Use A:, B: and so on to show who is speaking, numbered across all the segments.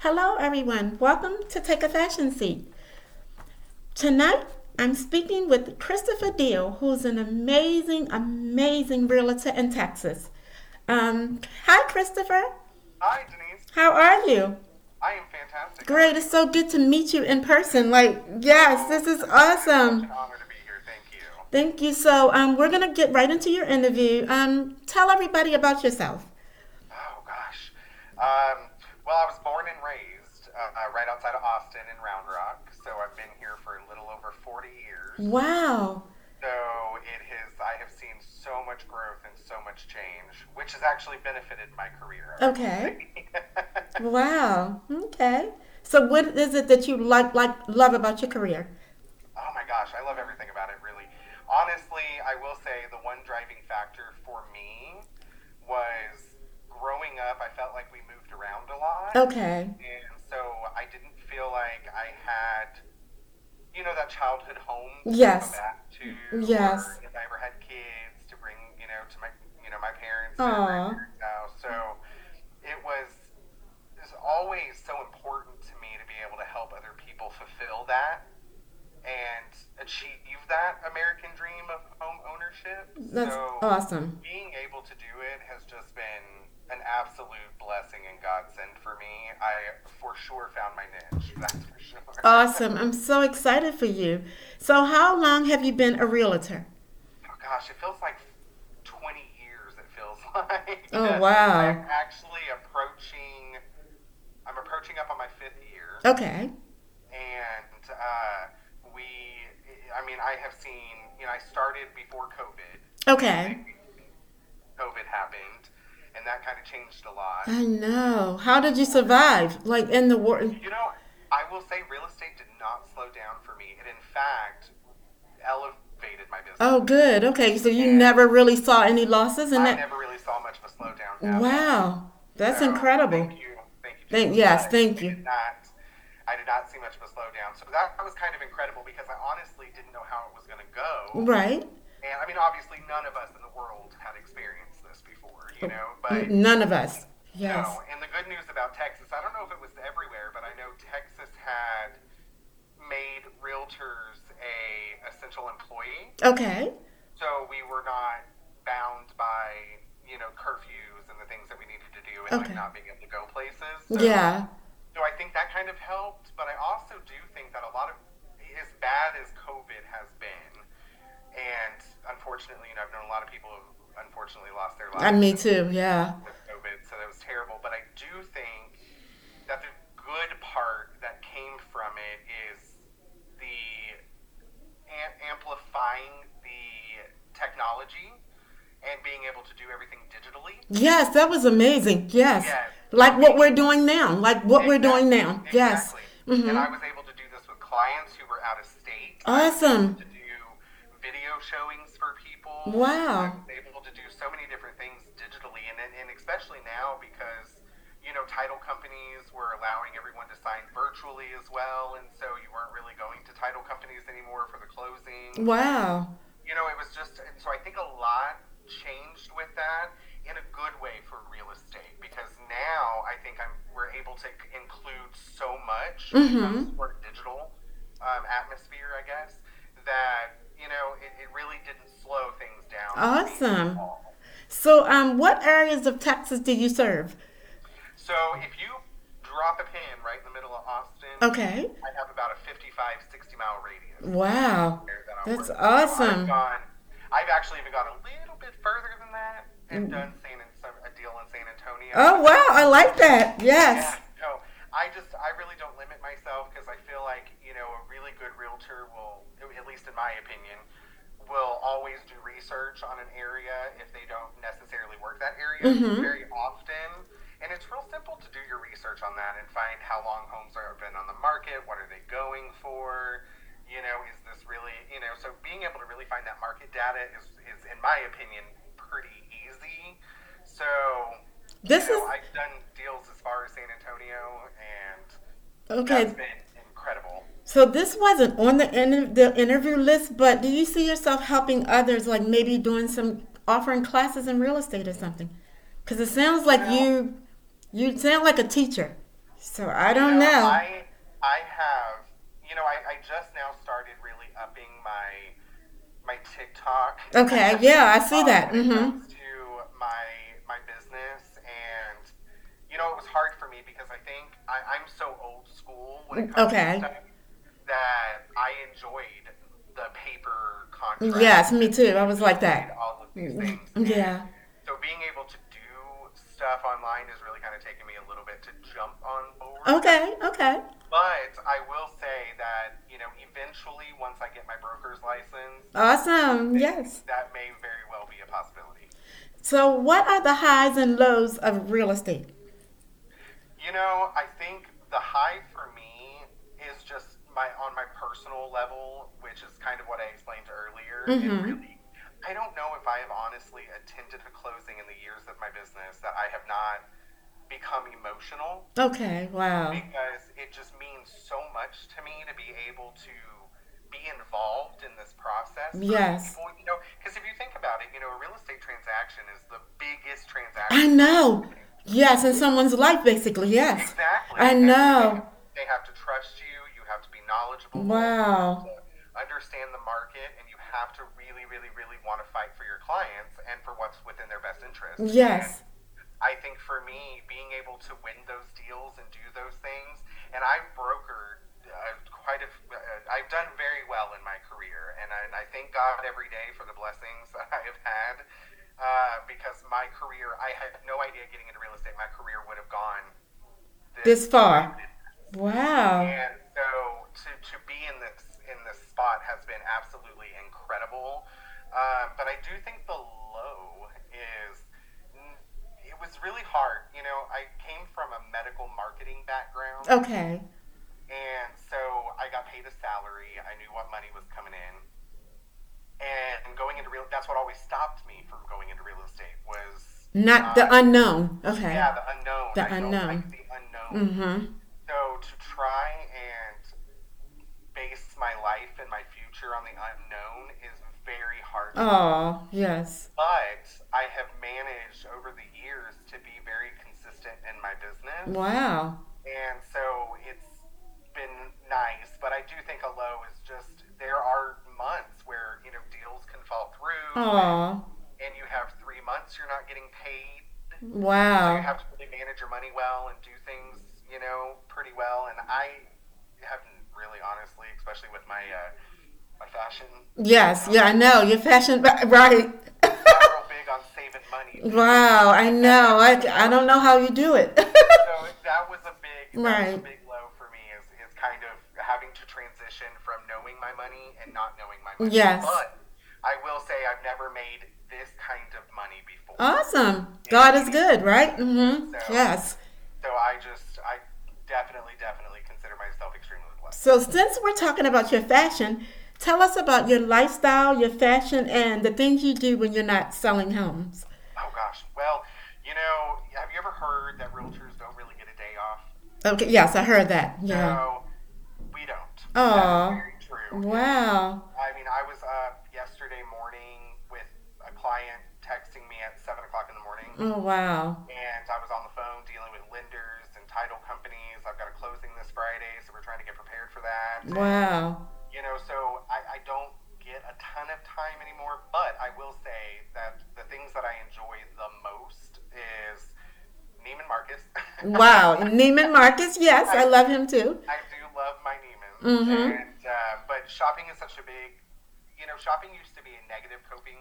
A: Hello, everyone. Welcome to Take a Fashion Seat. Tonight, I'm speaking with Christopher Deal, who's an amazing, amazing realtor in Texas. Um, hi, Christopher.
B: Hi, Denise.
A: How are you?
B: I am fantastic.
A: Great. It's so good to meet you in person. Like, yes, this is awesome.
B: It's an honor to be here. Thank you.
A: Thank you. So, um, we're going to get right into your interview. Um, tell everybody about yourself.
B: Oh, gosh. Um, well, I was born and raised uh, uh, right outside of Austin in Round Rock, so I've been here for a little over 40 years.
A: Wow.
B: So it has, I have seen so much growth and so much change, which has actually benefited my career.
A: Okay. Wow. Okay. So, what is it that you like, like, love about your career?
B: Oh my gosh, I love everything about it, really. Honestly, I will say the one driving factor for me was growing up, I felt like we moved around a lot.
A: Oh, Okay.
B: And so I didn't feel like I had, you know, that childhood home to
A: Yes.
B: go back to.
A: Yes.
B: Or if I ever had kids to bring, you know, to my, you know, my parents'
A: Aw.
B: and grandparents' house. So it was, it's always so important to me to be able to help other people fulfill that and achieve that American dream of home ownership.
A: That's
B: so
A: awesome.
B: being able to do it has just been an absolute blessing and godsend for me. I for sure found my niche. That's for sure.
A: Awesome. I'm so excited for you. So, how long have you been a realtor?
B: oh gosh, it feels like 20 years. It feels like.
A: Oh, wow.
B: I'm actually approaching. I'm approaching up on my fifth year.
A: Okay.
B: and uh, we i mean i have seen you know i started before covid
A: Okay.
B: covid happened and that kind of changed a lot
A: I know. How did you survive? Like in the war?
B: you know i will say real estate did not slow down for me it in fact elevated my business
A: Oh, good. Okay. So you never really saw any losses in
B: i
A: Oh, that?
B: never really saw much of a slowdown at all.
A: Wow. That's
B: So,
A: incredible.
B: Thank you. Thank you.
A: Thank-
B: Jesus.
A: yes,
B: I
A: thank you.
B: Did not, I did not see much of a slowdown. So that was kind of incredible because I honestly didn't know how it was going to go.
A: Right?
B: And I mean, obviously, none of us in the world had experienced this before,
A: Oh,
B: you know. But
A: None of us. Yes.
B: no. And the good news about Texas, I don't know if it was everywhere, but I know Texas had made realtors a essential employee,
A: Okay.
B: so we were not bound by you know curfews and the things that we needed to do and
A: Okay.
B: like not being able to go places. So,
A: Yeah.
B: So I think that kind of helped, but I also do think that a lot of as bad as COVID has been, and unfortunately, you know, I've known a lot of people who unfortunately lost their lives
A: And me too. Yeah.
B: with COVID, so that was terrible. But I do think that the good part that came from it is the am- amplifying the technology and being able to do everything digitally.
A: Yes, that was amazing. Yes.
B: Yes.
A: Like what we're doing now. Like what we're doing
B: Exactly.
A: now. Yes. Mm-hmm.
B: Exactly. And I was able to do this with clients who were out of state.
A: Awesome.
B: To do video showings for people.
A: Wow.
B: I was able to do so many different things digitally, and and- and especially now because you know title companies were allowing everyone to sign virtually as well, and so you weren't really going to title companies anymore for the closing
A: Wow.
B: you know, it was just, and so I think a lot changed with that in a good way for real estate because now I think I'm we're able to c- include so much mm sort of digital um, atmosphere, I guess, that you know it, it really didn't slow things down. for me at
A: Awesome.
B: all.
A: So, um, what areas of Texas do you serve?
B: So if you drop a pin right in the middle of Austin,
A: Okay.
B: I have about a 55, 60 mile radius.
A: Wow.
B: there that I'm
A: That's
B: working.
A: awesome.
B: So I've gone. I've actually even gone a little bit further than that and done San some, a deal in San Antonio.
A: Mm. Oh, wow. I like that. Yes.
B: Yeah. No, I just I really don't limit myself because I feel like you know a really good realtor will, at least in my opinion, will always do research on an area if they don't necessarily work that area very often. And it's real simple to do your research on that and find how long homes have been on the market, what are they going for, you know, is this really, you know, so being able to really find that market data is, is in my opinion, pretty easy. So
A: This
B: you know,
A: is-
B: I've done deals as far as San Antonio, and
A: Okay.
B: that's been incredible.
A: So, this wasn't on the, inter- the interview list, but do you see yourself helping others, like maybe doing some offering classes in real estate or something? Because it sounds like you, you sound like a teacher. So I don't
B: You know,
A: know.
B: I I have you know I, I just now started really upping my my TikTok.
A: Okay, yeah, I see
B: um,
A: that.
B: When it
A: Mhm.
B: comes to my my business and you know it was hard for me because I think I, I'm so old school when it comes
A: Okay.
B: to stuff that I enjoyed the paper contract.
A: Yes, me too. I was like
B: enjoyed
A: that. Mm-hmm.
B: all of these things.
A: Yeah.
B: And So being able to do stuff online has really kind of taken me a little bit to jump on board.
A: Okay, okay.
B: But I will say that, you know, eventually once I get my broker's license,
A: Awesome. Yes.
B: that may very well be a possibility.
A: So what are the highs and lows of real estate?
B: You know, I think the high for me is just my on my personal level, which is kind of what I explained earlier. It
A: Mm-hmm.
B: really, I don't know if I have honestly attended a closing in the years of my business that I have not become emotional
A: Okay, wow.
B: because it just means so much to me to be able to be involved in this process. for
A: Yes.
B: people, you know, because if you think about it, you know, a real estate transaction is the biggest
A: I
B: transaction.
A: know. Yes, in someone's life basically, yes.
B: Exactly.
A: I
B: And they-
A: know.
B: They have to trust you. You have to be knowledgeable.
A: Wow.
B: You have to understand the market, and you have to really, really, really want to fight for your clients and for what's within their best interest.
A: Yes.
B: And I think for me, being able to win those deals and do those things, and I've brokered uh, quite a. f- Uh, I've done very well in my career, and I, and I thank God every day for the blessings that I have had. Uh, because my career, I had no idea getting into real estate. My career would have gone
A: This far. Wow.
B: and so to, to be in this in this spot has been absolutely incredible. Um, but I do think the low is mm, it was really hard. You know, I came from a medical marketing background,
A: Okay.
B: and so I got paid a salary. I knew what money was coming in, and going into real that's what always stopped me from going into real estate was
A: Not the
B: uh,
A: unknown. Okay.
B: yeah the unknown.
A: The
B: I don't
A: unknown.
B: like the unknown.
A: Mm-hmm.
B: So to try and base my life and my future on the unknown is very hard.
A: Oh, yes.
B: But I have managed over the years to be very consistent in my
A: Mm.
B: business.
A: Wow.
B: And so it's been nice, but I do think a low is just there are months where, you know, deals can fall through
A: Oh.
B: and you have 3 months you're not getting paid. So you
A: Wow.
B: have to really manage your money well and do things, you know, pretty well. And I haven't really, honestly, especially with my uh, my fashion,
A: Yes, yeah, I know. Your fashion right.
B: not real big on saving money.
A: Wow, I know. I, I don't know how you do it.
B: So that was a big, that was
A: Right.
B: a big low for me is, is kind of having to transition from knowing my money and not knowing my money.
A: Yes.
B: But I will say I've never made this kind of money before.
A: Oh. awesome. God is good, right? Mm-hmm.
B: So-
A: Yes.
B: So I just, I definitely, definitely consider myself extremely blessed.
A: So since we're talking about your fashion, tell us about your lifestyle, your fashion, and the things you do when you're not selling homes.
B: Oh gosh. Well, you know, have you ever heard that realtors don't really get a day off?
A: Okay. Yes, I heard that. Yeah.
B: No, we don't.
A: Aw.
B: That's very true.
A: Wow.
B: I mean, I was up yesterday morning with a client texting me at seven o'clock in the morning,
A: Oh wow.
B: and I was on the phone dealing with lenders and title companies. I've got a closing this Friday, so we're trying to get prepared for that.
A: Wow.
B: You know, so I, I don't get a ton of time anymore, but I will say that the things that I enjoy the most is Neiman Marcus.
A: Wow. Neiman Marcus, yes, I love him too.
B: I do love my Neiman's,
A: Mhm.
B: and, uh, but shopping is such a big, you know, shopping used to be a negative coping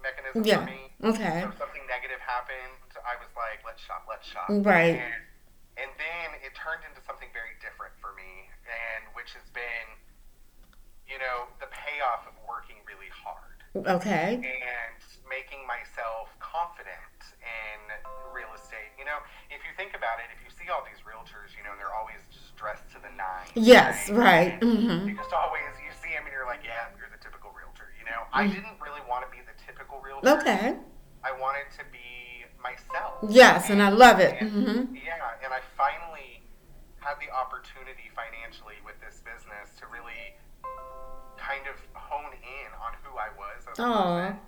B: mechanism
A: Yeah.
B: for me.
A: Okay.
B: So if something negative happened, I was like, let's shop, let's shop.
A: Right.
B: And, and then it turned into something very different for me, and which has been, you know, the payoff of working really hard
A: Okay.
B: and making myself confident in real estate. You know, if you think about it, if you see all these realtors, you know, they're always just dressed to the nines.
A: Yes, right.
B: And
A: Mhm.
B: You just always you see them and you're like, yeah, you're the typical realtor. You know, I didn't really want to be the typical realtor.
A: Mm-hmm. Okay.
B: I wanted to be myself.
A: Yes, and I love it. Mhm.
B: Yeah, and I finally had the opportunity financially with this business to really kind of hone in on who I was as a
A: Aw.
B: person.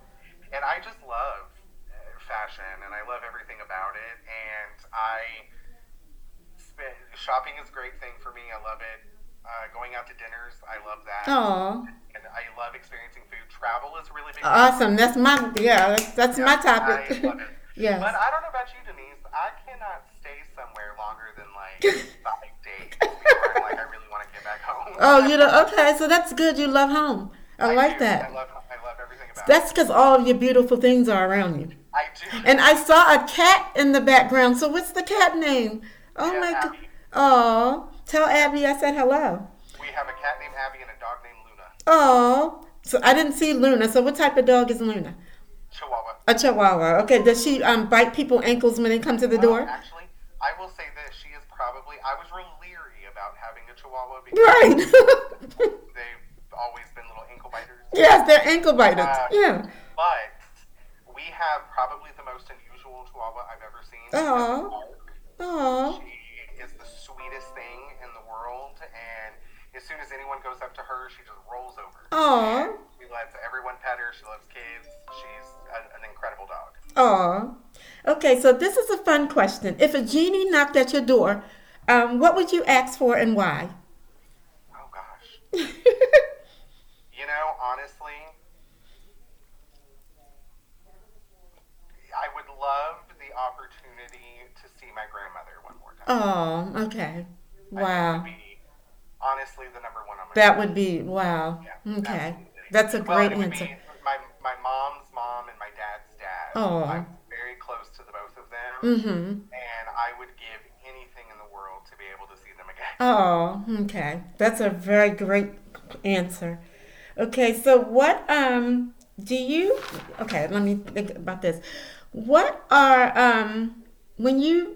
B: And I just love uh, fashion and I love everything about it. And I spent, shopping is a great thing for me. I love it. Uh, going out to dinners, I love that.
A: Oh,
B: And I love experiencing food. Travel is a really big.
A: awesome. That's my yeah. That's, that's my
B: Yeah,
A: topic.
B: I love it.
A: yes.
B: But uh, I don't know about you, Denise. I cannot stay somewhere longer than like five days before I'm like I really want to get back home.
A: oh, you know. Okay, so that's good. You love home. I, like
B: do.
A: that.
B: I love, I love everything about it.
A: That's because all of your beautiful things are around you.
B: I do.
A: And I saw a cat in the background. So what's the cat name? Oh
B: Yeah,
A: my god.
B: Abby.
A: Oh, tell Abby I said hello.
B: we have a cat named Abby and a dog named Luna.
A: Oh, so I didn't see Luna. So what type of dog is Luna?
B: Chihuahua.
A: A Chihuahua. Okay, does she um, bite people ankles when they come to the
B: Well,
A: door?
B: Um, actually, I will say this. She is probably. I was real leery about having a Chihuahua because
A: Right.
B: they've always been little ankle biters.
A: yes, they're ankle biters. Yeah.
B: But we have probably the most unusual Chihuahua I've ever seen.
A: Aw. Oh,
B: She is the sweetest thing in the world, and as soon as anyone goes up to her, she just rolls over.
A: Aw.
B: She lets everyone pet her. She loves kids. She's a, an incredible dog.
A: oh. Okay, so this is a fun question. If a genie knocked at your door, um, what would you ask for and why?
B: Oh gosh. You know, honestly, I would love the opportunity to see my grandmother one more time.
A: oh, okay.
B: That would
A: Wow.
B: be honestly the number one on my
A: That would be wow.
B: Yeah,
A: okay.
B: absolutely.
A: That's a
B: Well,
A: great
B: it would
A: answer.
B: be my, my mom's mom and my dad's dad.
A: Aw.
B: I'm very close to the both of them,
A: Mm-hmm.
B: and I would give anything in the world to be able to see them again.
A: Oh, okay. That's a very great answer. Okay, so what um do you okay, let me think about this. What are um when you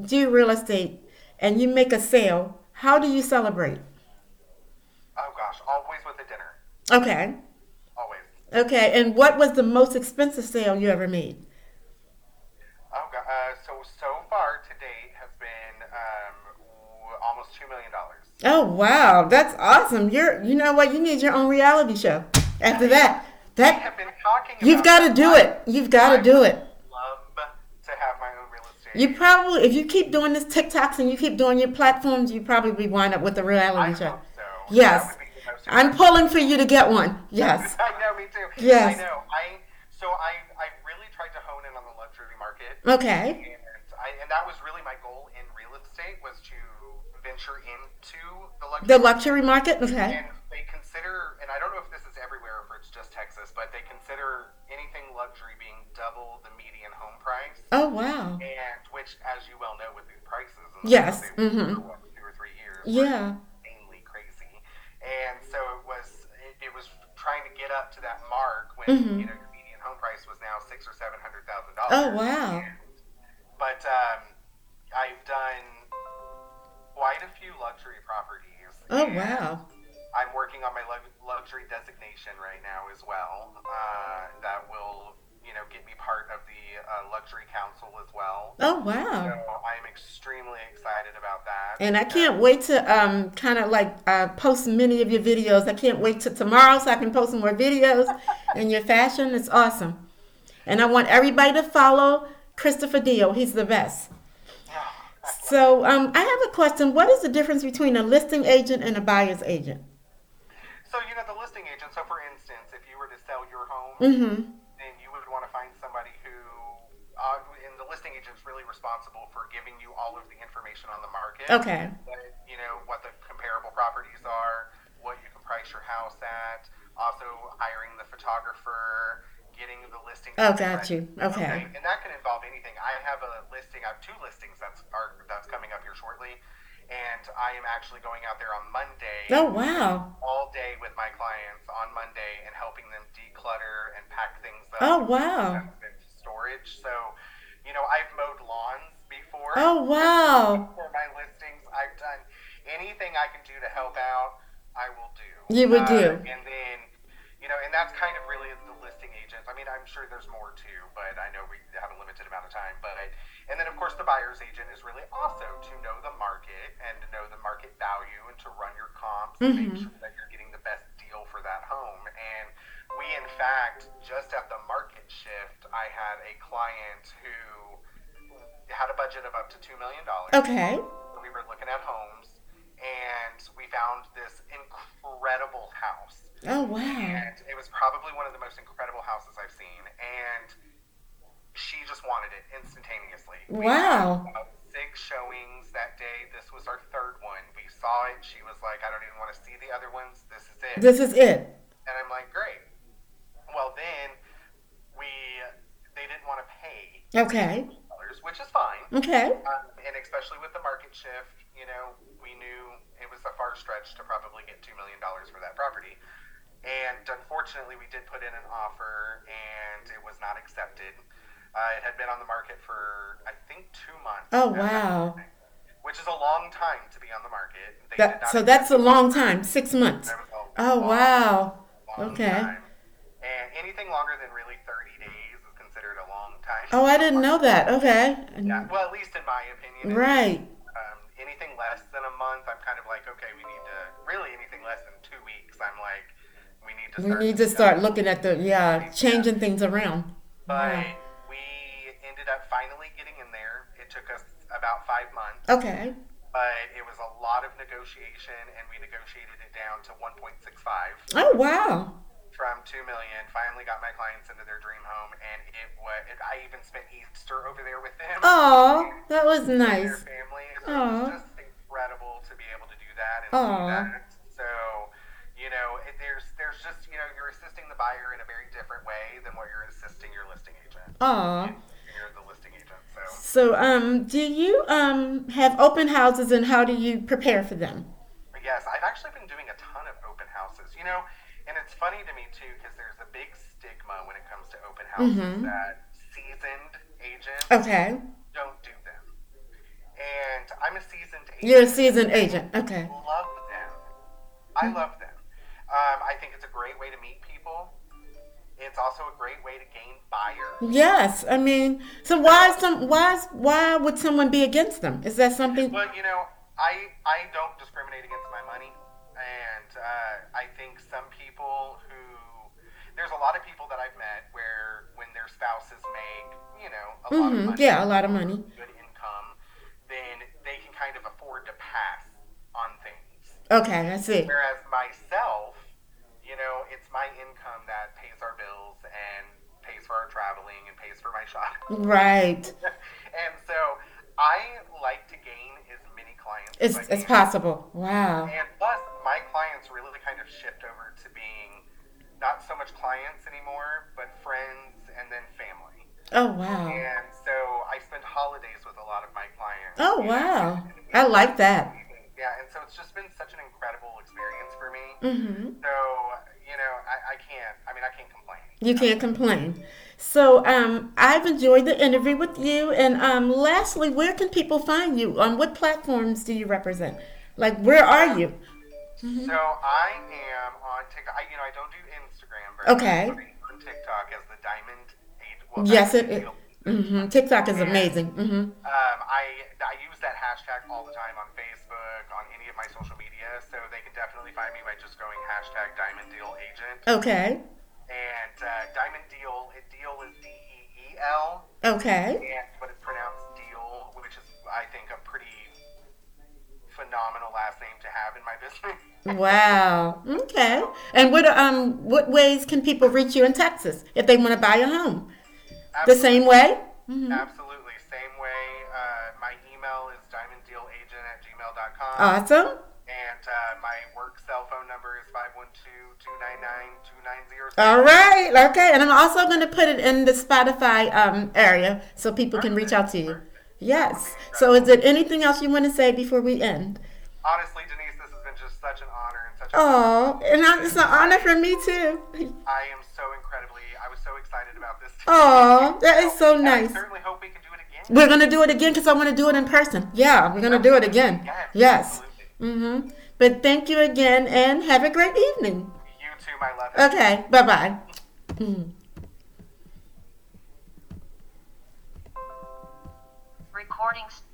A: do real estate and you make a sale, how do you celebrate?
B: Oh gosh, always with a dinner,
A: Okay.
B: always.
A: Okay, and what was the most expensive sale you ever made?
B: Oh god, uh, so so far to date has been um, w- almost two million dollars.
A: Oh wow, that's awesome. You're you know what, you need your own reality show. After that.
B: I
A: That
B: have been talking.
A: you've
B: about
A: gotta do it. You've gotta do it.
B: Love to have my own real estate.
A: You probably, if you keep doing this TikToks and you keep doing your platforms, you probably wind up with a
B: I
A: reality
B: hope
A: show.
B: so.
A: Yes.
B: That would be the most
A: I'm pulling for you to get one. Yes.
B: I know, me too.
A: Yes.
B: I know. I so I I really tried to hone in on the luxury market,
A: Okay.
B: and I and that was really my goal in real estate was to venture into the luxury.
A: The luxury market. Okay.
B: and they consider, and I don't know if this is everywhere or if it's just Texas, but they consider anything luxury being double the median home price,
A: Oh wow.
B: and which, as you well know, with these prices, and
A: Yes,
B: they've
A: mhm.
B: for what, two or three years, were
A: Yeah.
B: insanely crazy. And so it was it, it was trying to get up to that mark when you know your median home price was now six or seven hundred thousand dollars.
A: Mm-hmm. Oh, wow.
B: But um, I've done quite a few luxury properties.
A: Oh
B: and
A: wow.
B: I'm working on my lug- luxury designation right now as well. Uh, that will you know get me part of the uh, luxury council as well.
A: Oh
B: So
A: wow.
B: I'm extremely excited about that.
A: And I can't wait to um kind of like uh, post many of your videos. I can't wait till tomorrow so I can post more videos. And your fashion is awesome. And I want everybody to follow Christopher Dio. He's the best. So um, I have a question. What is the difference between a listing agent and a buyer's agent?
B: So you know the listing agent. So for instance, if you were to sell your home,
A: Mm-hmm.
B: then you would want to find somebody who, uh, and the listing agent's really responsible for giving you all of the information on the market.
A: Okay.
B: What- you know what the comparable properties are, what you can price your house at. Also hiring the photographer, getting the listing.
A: Oh, got you. Okay.
B: And that can involve anything. I have a listing. I have two listings that's are that's coming up here shortly, and I am actually going out there on Monday
A: Oh wow.
B: all day with my clients on Monday and helping them declutter and pack things up.
A: Oh wow.
B: and Storage. So, you know, I've mowed lawns before
A: Oh wow.
B: for my listings. I've done anything I can do to help out. I will do. Uh,
A: You would do.
B: And then, you know, and that's kind of really the listing agent. I mean, I'm sure there's more too, but I know we have a limited amount of time. But and then of course the buyer's agent is really also to know the market and to know the market value and to run your comps and make sure that you're getting the best deal for that home. And we in fact just at the market shift,
A: Oh.
B: I had a client who had a budget of up to two million dollars
A: Okay.
B: we were looking at homes, and we found this incredible house.
A: Oh wow.
B: And it was probably one of the most incredible houses I've seen. And she just wanted it instantaneously. We had
A: Wow.
B: about six showings that day. This was our third one. We saw it. She was like, I don't even want to see the other ones. This is it.
A: This is it.
B: And I'm like, great. Well, then we they didn't want to pay
A: Okay.
B: dollars, which is fine.
A: Okay.
B: Um, and especially with the market shift, you know, we knew it was a far stretch to probably get two million dollars for that property. And unfortunately, we did put in an offer, and it was not accepted. Uh, it had been on the market for I think two months.
A: Oh,
B: at that
A: wow.
B: point, which is a long time to be on the market. They did
A: That
B: not
A: so that's a long time. Six months.
B: that was a
A: Oh
B: long
A: wow.
B: long
A: Okay.
B: time. And anything longer than really 30 days is considered a long time.
A: Oh, I didn't know that. Okay.
B: Yeah, well, at least in my opinion. it is.
A: Right.
B: Um, anything less than a month, I'm kind of like, okay, we need to. Really, anything less than two weeks, I'm like, we need to
A: We
B: start.
A: need to start looking at the yeah, changing things around.
B: But
A: Wow.
B: we ended up finally getting in there. It took us about five months,
A: Okay.
B: but it was a lot of negotiation, and we negotiated it down to 1.65.
A: Oh wow.
B: from two million. Finally, got my clients into their dream home, and it was. I even spent Easter over there with them,
A: Oh, that was
B: and their
A: nice.
B: family. So
A: Aw.
B: It's just incredible to be able to do that and
A: Aw.
B: see that. So, you know, it, there's there's just you know you're assisting the buyer in a very different way than what you're assisting your listing agent.
A: Aw.
B: You're the listing agent, so.
A: So um do you um have open houses and how do you prepare for them?
B: Yes, I've actually been doing a ton of open houses. You know, and it's funny to me too because there's a big stigma when it comes to open houses
A: Mm-hmm.
B: that seasoned agents
A: Okay.
B: don't do them. And I'm a seasoned agent.
A: You're a seasoned agent. Okay.
B: Love them. I love them. Um, I think it's a great way to meet people. It's also a great way to gain buyers.
A: Yes, I mean, so why is some why is, why would someone be against them? Is that something?
B: Well, you know, I I don't discriminate against my money, and uh, I think some people who there's a lot of people that I've met where when their spouses make you know a lot of
A: Mhm,
B: money,
A: Yeah, a lot of money.
B: good income, then they can kind of afford to pass on things.
A: Okay, I see.
B: Whereas myself, you know, it's my income that pays our bills and pays for our traveling and pays for my shop.
A: Right.
B: and so I like to gain as many clients
A: It's
B: as I
A: it's
B: can.
A: possible. Wow.
B: And plus, my clients really kind of shift over to being not so much clients anymore, but friends and then family.
A: Oh wow.
B: And so I spend holidays with a lot of my clients.
A: Oh
B: you know,
A: wow.
B: and we
A: I like that.
B: yeah, and so it's just been such an incredible experience for me.
A: Mhm.
B: So, you know, I, I can't, I mean, I can't complain.
A: You can't complain. So um, I've enjoyed the interview with you. And um, lastly, where can people find you? On what platforms do you represent? Like, where are you? Mm-hmm.
B: So I am on TikTok. I, you know, I don't do Instagram very
A: Okay.
B: much, but I'm on TikTok as the Diamond Age. Well,
A: Yes, it.
B: Diamond
A: it
B: Angel.
A: mhm. TikTok is amazing. hmm
B: um, I, I use that hashtag all the time on Facebook, on any of my social media, so they can definitely find me by just going hashtag Diamond Deal Agent.
A: Okay.
B: And uh, Diamond Deal, it, deal is E D-E-E-L,
A: Okay.
B: and but it's pronounced Deal, which is, I think, a pretty phenomenal last name to have in my business.
A: Wow. Okay. And what um what ways can people reach you in Texas if they want to buy a home? The same Mm-hmm. way?
B: Absolutely. Same way. Uh, my email is diamonddealagent at gmail.com.
A: Awesome.
B: and uh, my work cell phone number is 512 299
A: All right. Okay. And I'm also going to put it in the Spotify um area so people can reach out to you. Yes. So is there anything else you want to say before we end?
B: Honestly, Denise, this has been just such an honor and such a.
A: Oh, and I- it's an honor for me too.
B: I am so incredibly. I was so excited about this.
A: Oh, that is so
B: And
A: nice.
B: I certainly hope we can do it again.
A: We're gonna do it again because I want to do it in person. Yeah, we're gonna do it again.
B: Yes.
A: Yes.
B: Absolutely.
A: Mm-hmm. But thank you again, and have a great evening.
B: You too, my love.
A: Okay. Bye bye.
C: Recording. St-